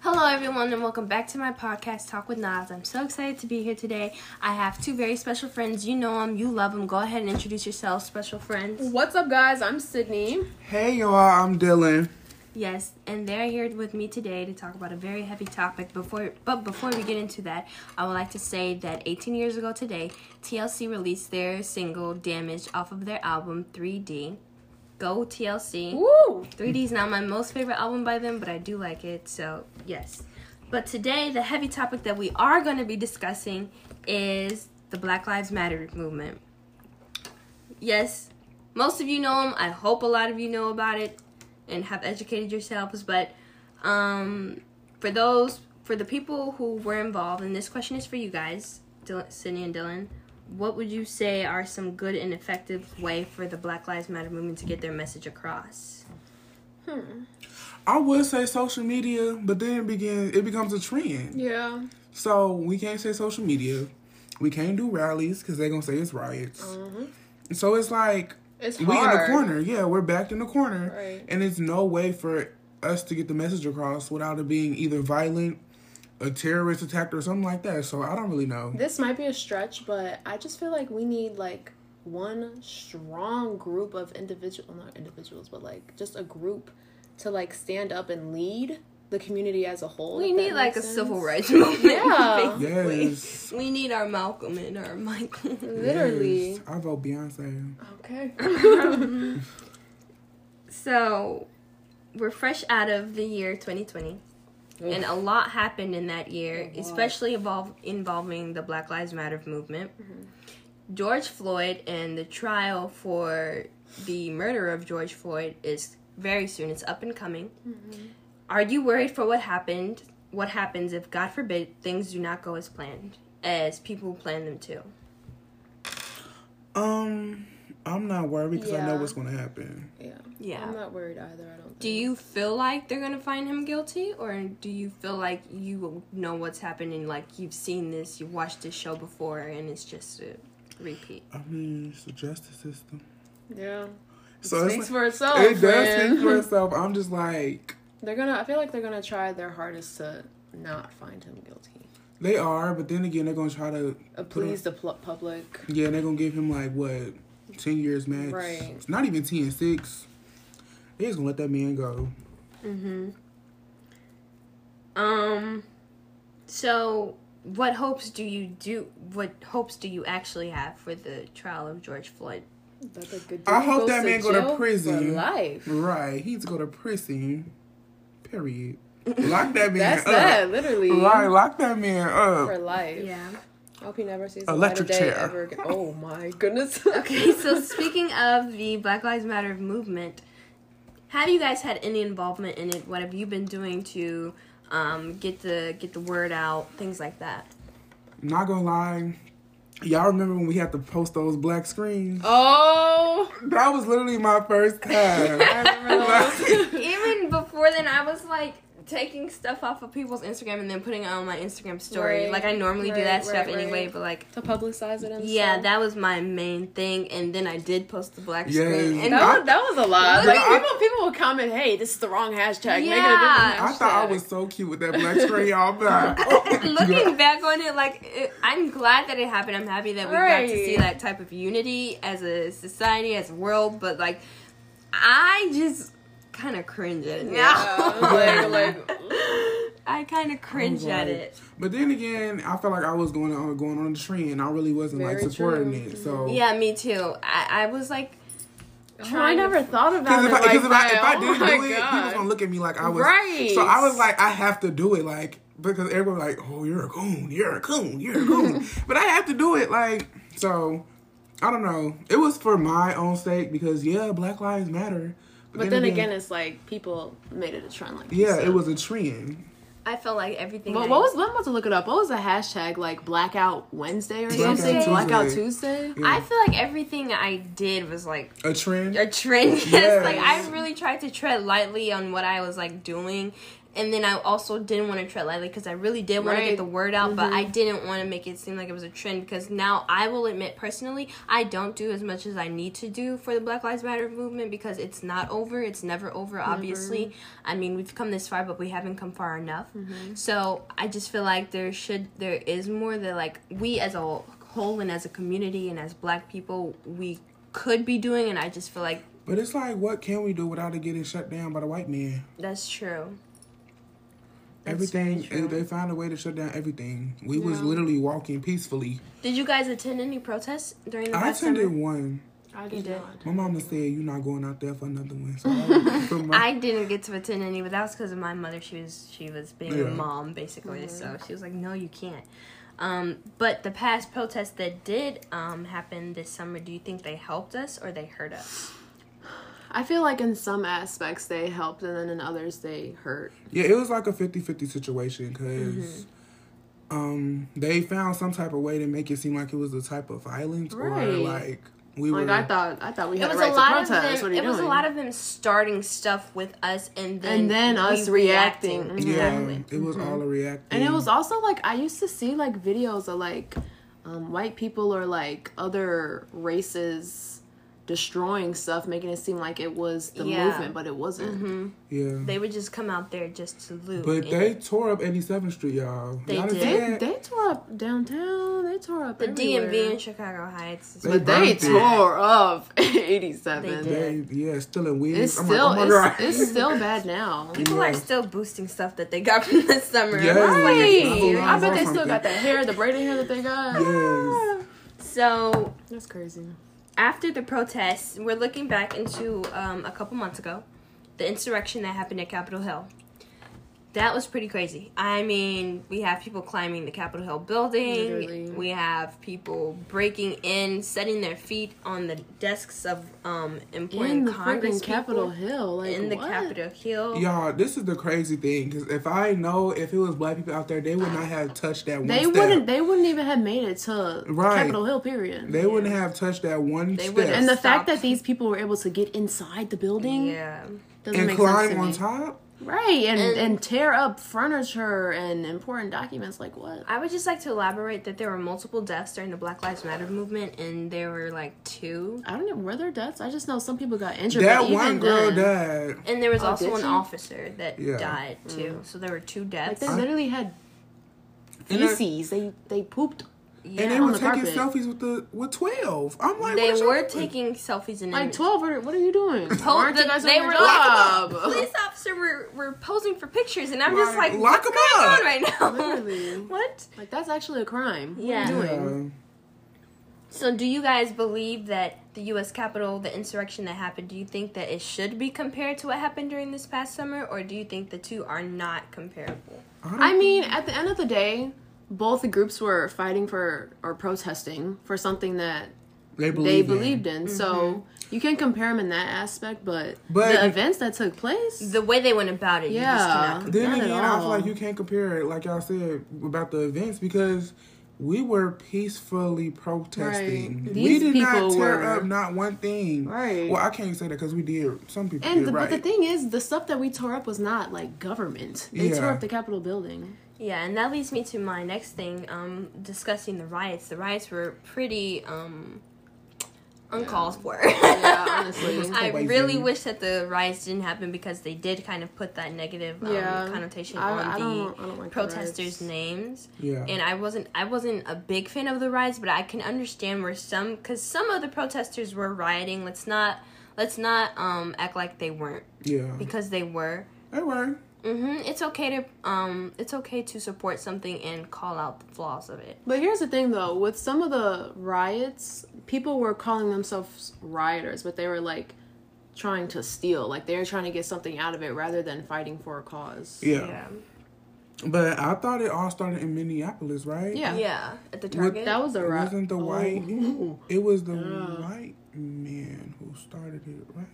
Hello, everyone, and welcome back to my podcast, Talk with Nas. I'm so excited to be here today. I have two very special friends. You know them, you love them. Go ahead and introduce yourselves, special friends. What's up, guys? I'm Sydney. Hey y'all, I'm Dylan. Yes, and they're here with me today to talk about a very heavy topic. Before, but before we get into that, I would like to say that 18 years ago today, TLC released their single "Damage" off of their album 3D. Go TLC! Woo! 3D is not my most favorite album by them, but I do like it, so yes. But today, the heavy topic that we are going to be discussing is the Black Lives Matter movement. Yes, most of you know them. I hope a lot of you know about it and have educated yourselves. But um, for those, for the people who were involved, and this question is for you guys, Dylan, Sydney and Dylan. What would you say are some good and effective way for the Black Lives Matter movement to get their message across? I would say social media, but then it begin it becomes a trend. Yeah. So we can't say social media. We can't do rallies because they're gonna say it's riots. So it's like It's we in the Mm-hmm. hard. corner. Yeah, we're backed in the corner, Right. and it's no way for us to get the message across without it being either violent, a terrorist attack, or something like that. So I don't really know. This might be a stretch, but I just feel like we need like one strong group of individual not individuals, but like just a group to like stand up and lead the community as a whole. We if that need like a makes civil sense. rights movement. Yeah. basically. Yes. We need our Malcolm and our Michael. Literally. Yes, I vote Beyonce. Okay. so, we're fresh out of the year 2020. And a lot happened in that year, especially involve, involving the Black Lives Matter movement. George Floyd and the trial for the murder of George Floyd is very soon. It's up and coming. Are you worried for what happened? What happens if, God forbid, things do not go as planned, as people plan them to? Um, I'm not worried because I know Yeah. what's gonna happen. Yeah. Yeah. I'm not worried either. I don't. Think. Do you feel like they're gonna find him guilty, or do you feel like you know what's happening? Like you've seen this, you've watched this show before, and it's just a repeat. I mean, it's the justice system. Yeah. So it's Speaks like- for itself. it does man. speak for itself. I'm just like They're gonna. I feel like they're gonna try their hardest to not find him guilty. they are, but then again, they're gonna try to Uh, put him- please the pl- public. yeah, they're gonna give him like what ten years max. Right. It's not even ten six. They just gonna let that man go. Mm-hmm. Um. So, what hopes do you do? What hopes do you actually have for the trial of George Floyd? That's a good I hope goes that man go to jail prison. Mm. For life. Right. He needs to go to prison. Period. Lock that man That's up. that, literally. Right. Lock that man For up. life. I hope he never sees Electric the light of day chair. ever again. Oh my goodness. Okay. So speaking of the Black Lives Matter movement, have you guys had any involvement in it? What have you been doing to um, get the get the word out? Things like that. Not gonna lie. Y'all remember when we had to post those black screens? Oh. That was literally my first time. I remember those. Even before then, I was like taking stuff off of people's Instagram and then putting it on my Instagram story. Right, like I normally do right, that stuff right, anyway, right. but like. to publicize it and Yeah, stuff. that was my main thing, and then I did post the black Yes. screen. And That was, that was a lot. Like, Literally. people, people would comment, "Hey, this is the wrong hashtag." Make it a different Yeah. I thought I hashtag." was so cute with that black screen, y'all. But I- looking back on it, like it, I'm glad that it happened. I'm happy that we got to see Right. that type of unity as a society, as a world. But like, I just kind of cringe at it now. Yeah, Oh like, like, I kind of cringe at like, it. But then again, I felt like I was going on going on the trend. and I really wasn't like Very supporting true. it. So Yeah, me too. I, I was like, Oh, I never thought about Because it like if, I- 'cause if I, if I that. didn't oh do my it, God. people was gonna look at me like I was. Right. So I was like, I have to do it, like because everyone was like, oh, you're a coon, you're a coon, you're a coon. but I have to do it, like so. I don't know. It was for my own sake because yeah, Black Lives Matter. But then again, it's like people made it a trend. Like you yeah, said. it was a trend. I felt like everything. But I- what was? I'm about to look it up. What was the hashtag like Blackout Wednesday or Blackout something? Tuesday. Blackout Tuesday. Yeah. I feel like everything I did was like A trend. a trend. Yes. Yes. Like I really tried to tread lightly on what I was like doing And then I also didn't want to tread lightly because I really did want to get Right. the word out, but I didn't want to make it seem like it was a trend because now I will admit personally, I don't do as much as I need to do for the Black Lives Matter movement because it's not over. It's never over, obviously. I mean, we've come this far, but we haven't come far enough. So I just feel like there should, there is more that like we as a whole and as a community and as black people, we could be doing. And I just feel like But it's like, what can we do without it getting shut down by the white man? that's true. everything, very true. they found a way to shut down everything. We was literally walking peacefully. Did you guys attend any protests during the I last attended summer? one. I You did did. not. My mama said, you're not going out there for another one. So I, for my- I didn't get to attend any, but that was because of my mother. She was she was being a Yeah. mom basically, so she was like, "No, you can't." Um, but the past protests that did um, happen this summer, do you think they helped us or they hurt us? I feel like in some aspects they helped, and then in others they hurt. Yeah, it was like a 50-50 situation because um, they found some type of way to make it seem like it was a type of violence or Right. like we Like were. I thought, I thought we It had was a right a lot to of them. protest. what It are you was a doing? lot of them starting stuff with us, and then And then we Mm-hmm. us reacting. Mhm. yeah, Exactly. it was all a reaction. and it was also like I used to see like videos of like um, white people or like other races destroying stuff, making it seem like it was the Yeah. movement, but it wasn't. Mm-hmm. yeah. They would just come out there just to loot. but And they tore up 87th Street, y'all. They y'all didn't did. see They that? they tore up downtown. They tore up the everywhere. DMV in Chicago Heights. is They But they burnt it. tore up They 87. did. They- yeah, still in wigs. It's I'm still like, oh my God. it's, it's still bad now. People are Yeah. still boosting stuff that they got from the summer. Yes. Right. Right. I bet they still got that hair, the braided hair that they got. Yes. So That's crazy. after the protests, we're looking back into um, a couple months ago, the insurrection that happened at Capitol Hill. That was pretty crazy. I mean, we have people climbing the Capitol Hill building. Literally. We have people breaking in, setting their feet on the desks of um, important In the Congress freaking Capitol people Hill, like in the what? Capitol Hill. Y'all, this is the crazy thing because if I know if it was black people out there, they would not have touched that one. They step. wouldn't. They wouldn't even have made it to Right. Capitol Hill. Period. They wouldn't have touched that one They step wouldn't. and the fact Stopped. that these people were able to get inside the building Yeah. doesn't and make climb on sense to me. top. Right, and, And- and tear up furniture and important documents. Like what? I would just like to elaborate that there were multiple deaths during the Black Lives Matter movement, and there were like two. I don't know. Were there deaths? I just know some people got injured. That but one even girl then- died. And there was Oh, also did an you? officer that Yeah. died too. So there were two Like deaths. they literally had And I- feces. They they pooped. yeah. and they on were the carpet. taking selfies with the with twelve. I'm like, They what y'all were doing? taking selfies and Like images. twelve. Or, what are you doing? Po- Aren't the- you guys Mm. they on were your like, job? the police officer were, were posing for pictures, and I'm just Like, like, lock what's 'em going on up. right now? Literally. what? Like that's actually a crime. What Yeah. are you doing? So, do you guys believe that the U.S. Capitol, the insurrection that happened, do you think that it should be compared to what happened during this past summer, or do you think the two are not comparable? Yeah. I mean, at the end of the day, both the groups were fighting for or protesting for something that they believed. they in. believed in. So Mm-hmm. you can compare them in that aspect, but, But- the events that took place, The way they went about it, you just Yeah. cannot compare. Then Not at again, I feel all. like you can't compare it, like y'all said about the events, because we were peacefully protesting. Right. We These did not people tear were- up not one thing. Right. Well, I can't say that because we did. Some people and did the, right. but the thing is, the stuff that we tore up was not like government. They tore Yeah. up the Capitol building. Yeah, and that leads me to my next thing, um, discussing the riots. The riots were pretty um uncalled for. Yeah, honestly. I Crazy. really wish that the riots didn't happen because they did kind of put that negative um, Yeah. connotation I- on I the don't- I don't like the protesters' riots. names. Yeah. And I wasn't I wasn't a big fan of the riots, but I can understand where some cuz some of the protesters were rioting. Let's not let's not um act like they weren't yeah. because they were. They were. Mhm. It's okay to um it's okay to support something and call out the flaws of it. But here's the thing, though, with some of the riots, people were calling themselves rioters, but they were like trying to steal, like they were trying to get something out of it rather than fighting for a cause. Yeah. But I thought it all started in Minneapolis, right? Yeah. Yeah. Yeah, at the Target. That was a It riot. wasn't the white. Oh. It was the white man who started it, right?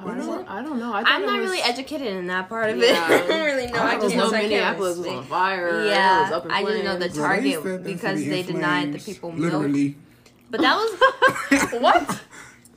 I don't, I don't know. I thought I'm it not was- really educated in that part of Yeah. it. I don't really know. I, I just don't know know. so I can't Minneapolis was really on say. fire. It was Yeah, up in I didn't know the flames. Well, they Target said that to because be they in denied the flames, people milk. Literally. But that was what?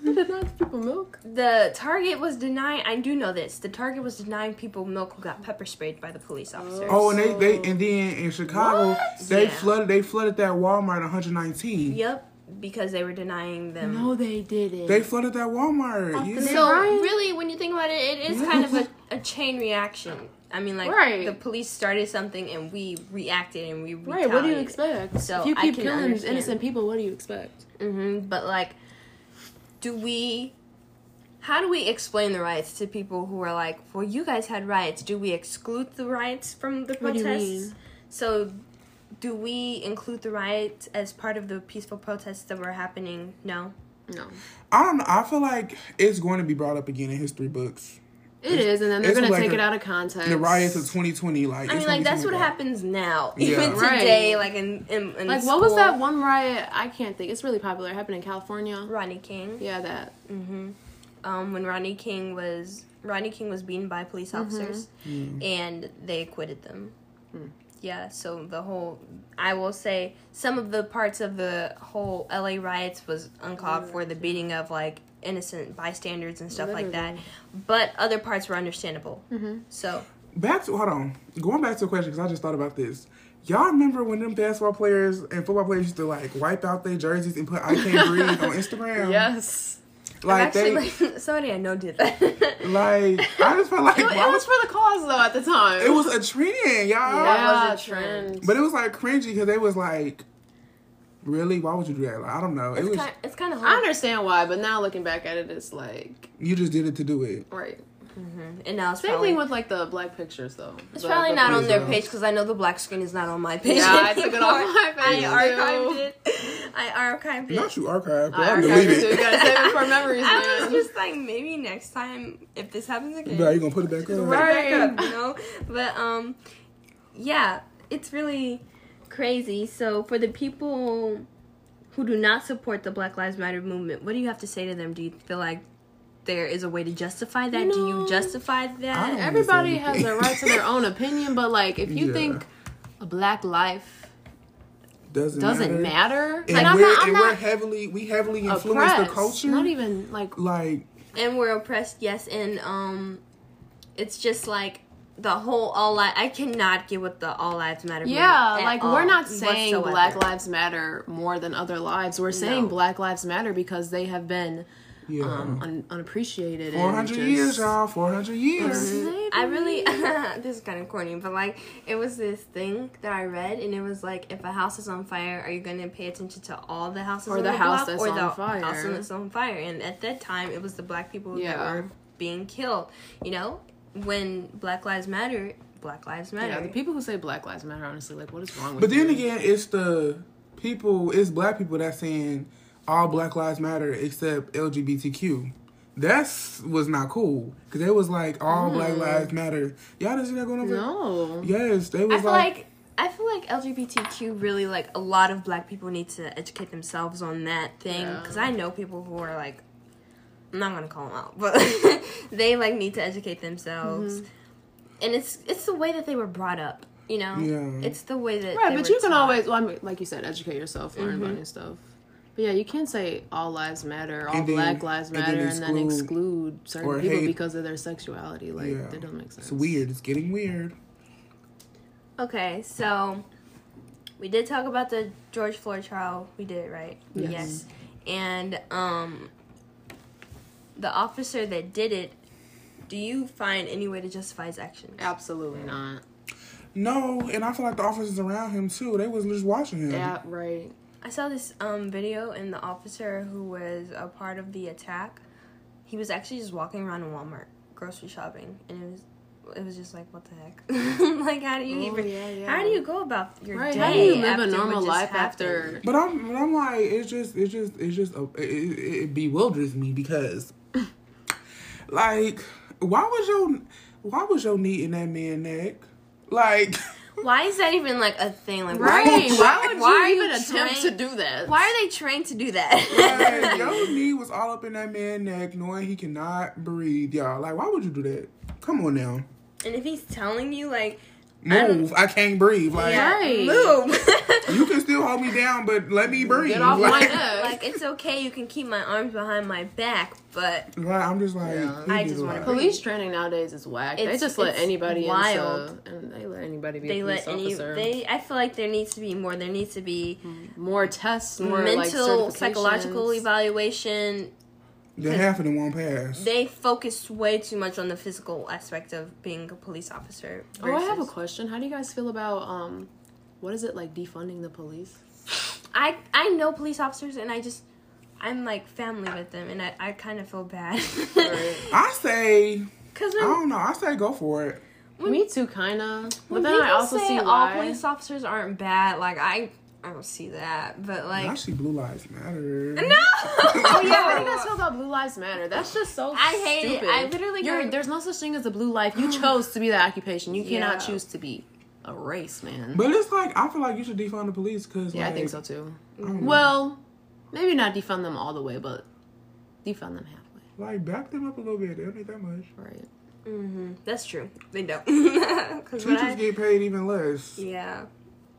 did not people milk. The Target was denying. I do know this. The Target was denying people milk who got pepper sprayed by the police officers. Oh, and they, they and then in Chicago What? they Yeah. flooded they flooded that Walmart 119. Yep, because they were denying them. they didn't. They flooded that Walmart. the Yeah. So Ryan- really, when you think about it, it is kind of a, a chain reaction. I mean, like Right. the police started something and we reacted and we right. retaliated. What do you expect? So if you I keep can killing understand. innocent people, what do you expect? hmm But like, do we? How do we explain the riots to people who are like, "Well, you guys had riots. Do we exclude the riots from the What do protests?" you mean? So, do we include the riots as part of the peaceful protests that were happening? No. No, I don't know. I feel like it's going to be brought up again in history books. it is, and then they're it's gonna like take a- it out of context. The riots of 2020, I like mean, it's gonna like be that's what something like happens now, Yeah. even Right. today. Like in, in, in Like what was school. that one riot? I can't think. It's really popular. It happened in California. Rodney King. Yeah, that. Um, when Rodney King was Rodney King was beaten by police Mm-hmm. officers, Hmm. and they acquitted them. Hmm. Yeah. So the whole, I will say, some of the parts of the whole LA riots was uncalled for. The beating of like innocent bystanders and stuff like that, but other parts were understandable. Mm-hmm. So Back to hold on. Going back to a question because I just thought about this. Y'all remember when them basketball players and football players used to like wipe out their jerseys and put "I can't breathe" on Instagram? Yes. like actually, they like, like, somebody I know did that. I just felt like It, why was was- for the cause though at the time. it was a trend, y'all. yeah, was a trend. But it was like cringy because they was like, really? Why would you do that? Like, I don't know. It was it's kind of I hard. understand why, but now looking back at it, it's like you just did it to do it. right. And now it's Same probably- thing with like the black pictures though. It's probably not on their though. page because I know the black screen is not on my page. Yeah, I took it off anymore. my page, I archived too. it. I archived it. Not you archive, but I I, archived delete it, too. You it. gotta save it for memories, I was man. just like, maybe next time if this happens again, Bro, you gonna put it back up? right back Right. up, you know. But um, yeah, it's really crazy. So for the people who do not support the Black Lives Matter movement, what do you have to say to them? Do you feel like there is a way to justify that? do know, you justify that? I don't- Everybody has a right to their own opinion, but like if you Yeah. think a black life Doesn't, doesn't matter, And, like I'm we're, not, I'm and we're not heavily we heavily influence oppressed. the culture. Not e- even like like and we're oppressed yes and um it's just like the whole all lives i cannot get with the all lives matter movement yeah, at like all we're not saying whatsoever. Black Lives Matter more than other lives. We're saying No. Black Lives Matter because they have been yeah, um, un- unappreciated. and four hundred just- years, y'all. Four hundred years. Mm-hmm. i really this is kind of corny but like it was this thing that i read and it was like if a house is on fire are you going to pay attention to all the houses Or on the house block that's or on the fire. house that's on fire and at that time it was the black people Yeah. that were being killed you know when black lives matter black lives matter Yeah, the people who say Black Lives Matter, honestly, like, what is wrong with But then you? again, it's the people, it's black people that's saying all Black Lives Matter except LGBTQ. That's was not cool because they was like all Hmm. Black Lives Matter. Y'all didn't see that going over. no. Yes, they I was feel like I feel like LGBTQ really like a lot of black people need to educate themselves on that thing Yeah. because I know people who are like I'm not gonna call them out, but they like need to educate themselves, Mm-hmm. and it's it's the way that they were brought up, you know. Yeah. It's the way that Right, they but were you can taught. Mm-hmm. always, well, I mean, like you said, educate yourself, learn about new stuff. But yeah, you can say all lives matter, all And then- black lives and then matter, and then exclude or certain people hate- because of their sexuality. Like, Yeah. that doesn't make sense. it's weird. It's getting weird. okay. So we did talk about the George Floyd trial. We did right. Yes. And um, the officer that did it. Do you find any way to justify his actions? Absolutely not. Mm-hmm. No, and I feel like the officers around him too. They wasn't just watching him. Yeah, right. I saw this um, video, and the officer who was a part of the attack, he was actually just walking around in Walmart grocery shopping, and it was. It was just like, what the heck? like, how do you Oh, even? yeah, yeah. How do you go about your Right. day? How do you live a after what normal just life happened? after? But I'm, but I'm like, it's just, it's just, it's just, a, it, it it bewilders me because, like, why was your, why was your knee in that man's neck? Like, Why is that even like a thing? Like, Right. Why, Why would why are you you even attempt to trained- do that? why are they trained to do that? like, your knee was all up in that man's neck, knowing he cannot breathe, y'all. Like, why would you do that? Come on now. and if he's telling you like, move. I, can't breathe. Like Right. Move. you can still hold me down, but let me breathe. Get off my like, neck. like it's okay. You can keep my arms behind my back, but Right, I'm just like Yeah. he I just just wanna like- breathe. Police training nowadays is whack. they It's- just let it's anybody wild. in, so, and they let anybody be they a police let any. officer. They. I feel like there needs to be more. There needs to be more tests, Mm-hmm. more like mental, psychological certifications. evaluation. Then half of them won't pass. They focus way too much on the physical aspect of being a police officer. Oh, I have a versus- question. How do you guys feel about um, what is it like defunding the police? I I know police officers, and I just I'm like family with them, and I, I kind of feel bad. Right. I say, Because I don't know. I say go for it. When- Me too, kind of. Oh, But when then I people also say see all why. police officers aren't bad, like I I don't see that, but like Actually, blue lives matter. no. Oh yeah, how do you guys feel about Blue Lives Matter? That's just so I hate it. stupid. I literally You're- got- there's no such thing as a blue life. You chose to be that occupation. You cannot Yeah. choose to be a race, man. But it's like I feel like you should defund the police because yeah, I like, think so too. don't know. Well, maybe not defund them all the way, but defund them halfway, Like back them up a little bit. They don't need that much. right? hmm That's true. They don't. 'Cause what Teachers I, get paid even less. Yeah, yeah.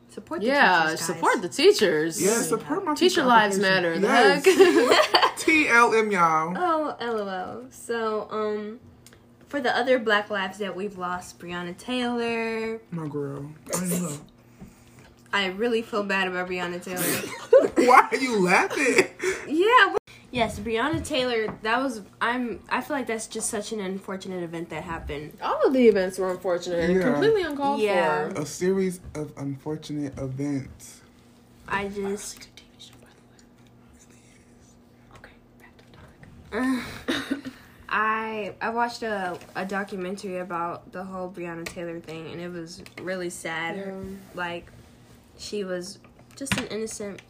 Support the Yeah, teachers, guys. support the teachers. support my Teacher lives matter. The Yes. heck? TLM, y'all. Oh, lol. So, um, for the other Black lives that we've lost, Breonna Taylor. My girl. I know. I really feel bad about Breonna Taylor. Why are you laughing? Yeah. wh- Yes, Breonna Taylor. That was. I'm. I feel like that's just such an unfortunate event that happened. all of the events were unfortunate and Yeah. completely uncalled Yeah. for. A series of unfortunate events. I just. I I watched a a documentary about the whole Breonna Taylor thing, and it was really sad. Yeah. Like, she was just an innocent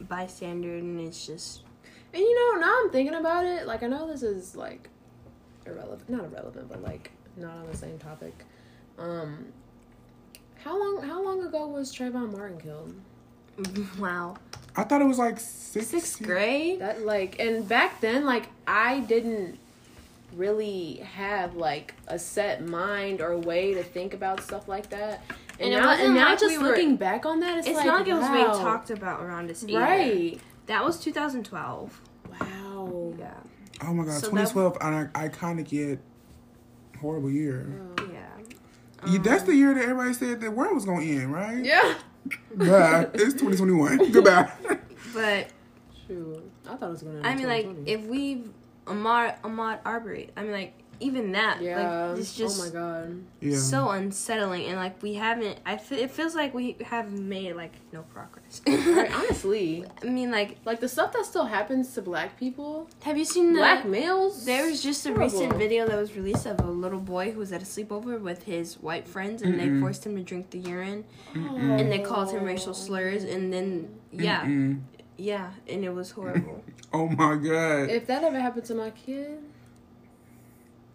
bystander, and it's just. And you know, now I'm thinking about it, like I know this is like irrelevant, not irrelevant, but like not on the same topic. Um how long how long ago was Trayvon Martin killed? Wow. I thought it was like six. Sixth grade. That like and back then like I didn't really have like a set mind or way to think about stuff like that. And And, it now, wasn't and now like just we were- looking back on that, it's, It's like, not like it was wow. being talked about around us. Either. Right. That was 2012. Wow. Yeah. Oh my god, So that- 2012, an iconic yet horrible year. Yeah. Uh-huh. Yeah, That's the year that everybody said the world was gonna end, right? Yeah. God, it's 2021. Goodbye. Um, But Shoot. I thought it was gonna end I in mean, like 2020. if we Amar Ahmad Arbery, I mean, like even that, yeah. like it's oh my just god. Yeah. so unsettling, and like we haven't. I fe- it feels like we have made like no progress. Right, honestly, I mean, like like the stuff that still happens to black people, have you seen the? black males. there was just a Horrible. recent video that was released of a little boy who was at a sleepover with his white friends, and they forced him to drink the urine, Oh. and they called him racial slurs, and then yeah, Mm. yeah, and it was horrible. Oh my god. If that ever happened to my kid,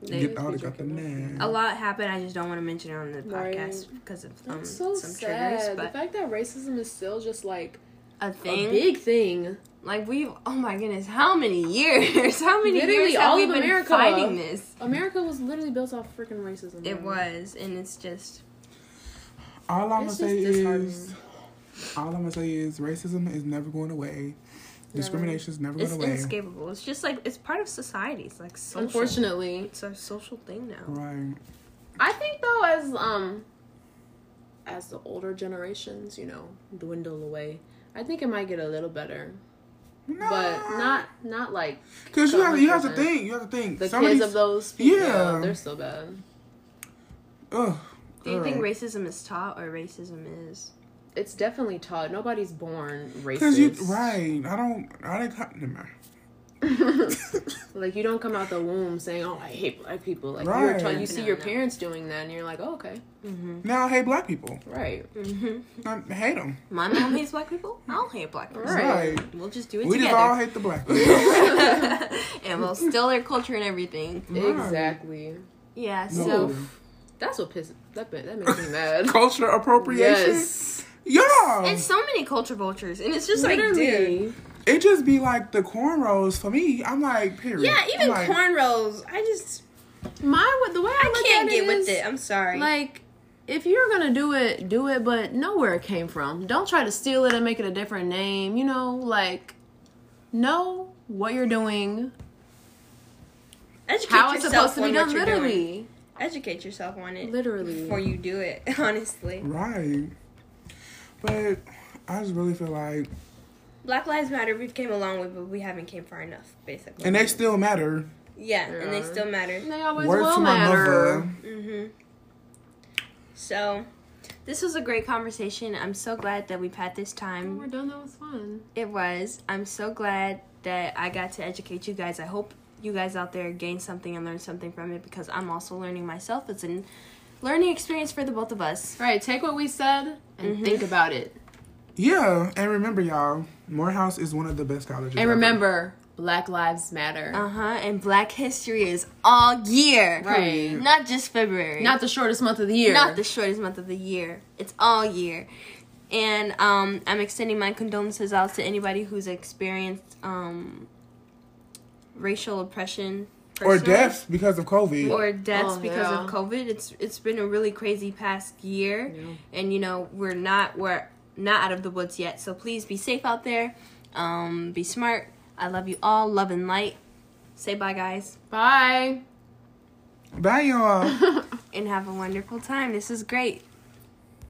They- Get out be of got the drinking man. a lot happened. I just don't want to mention it on the Right. podcast because of um, that's so some sad. triggers, the but fact that racism is still just like a thing. a big thing. like we've, oh my goodness, how many years? How many Literally years have all we of been America. fighting this? America was literally built off freaking racism. It man. was, and it's just All I'm gonna It's say just disheartening. is, all I'm gonna say is, racism is never going away. Discrimination is never it's going away. inescapable. It's just like it's part of society. It's like social. Unfortunately, it's a social thing now. Right. I think though, as um, as the older generations, you know, dwindle away, I think it might get a little better, No. but not not like because you have you have to 100%. think. You have to think. the Some kids these- of those people. Yeah. they're so bad. Ugh, Do you think girl. racism is taught or racism is? It's definitely taught. Nobody's born racist. Cause you right, I don't, I didn't. cut- Never mind. like you don't come out the womb saying, "Oh, I hate black people." Like you were Right. taught, you see No, your no. parents doing that, and you're like, "Oh, okay, Now I hate black people. right, hmm I hate them. My mom hates black people. I don't hate black people. Right. Right. We'll just do it We just all together, hate the black people. and we'll steal their culture and everything. Mm-hmm. exactly." Yeah. No. So. That's what pisses that bit- that makes me mad. Culture appropriation. yes, Y'all. It's so many culture vultures, and it's just like, dude. literally. it just be like the cornrows for me. I'm like, period. Yeah, I'm even like, cornrows. I just My the way I, I look can't at get it with is, it. I'm sorry. Like if you're gonna do it, do it, but know where it came from. Don't try to steal it and make it a different name. You know, like know what you're doing, Educate how it's yourself supposed to be on done. what you're doing. Literally, Educate yourself on it. Literally. Before you do it, honestly. Right. But I just really feel like, Black Lives Matter, we've came a long way, but we haven't came far enough, basically. and they still matter. yeah, and they Yeah. still matter. they always Word will to my matter. mother. Mm-hmm. So, this was a great conversation. I'm so glad that we've had this time. We're done. That was fun. It was. I'm so glad that I got to educate you guys. I hope you guys out there gained something and learned something from it because I'm also learning myself. It's a learning experience for the both of us. Right. Take what we said and Mhm. think about it. Yeah, and remember, y'all, Morehouse is one of the best colleges. And ever. remember, Black Lives Matter. Uh huh. And Black History is all year, Right. Not just February. Not the shortest month of the year. Not the shortest month of the year. It's all year. And um, I'm extending my condolences out to anybody who's experienced um, racial oppression or personally. deaths because of COVID. or deaths Oh, because yeah. of COVID. It's it's been a really crazy past year, Yeah. and you know we're not we're not out of the woods yet. So please be safe out there. Um, be smart. I love you all. Love and light. Say bye, guys, Bye. Bye, y'all. and have a wonderful time. This is great.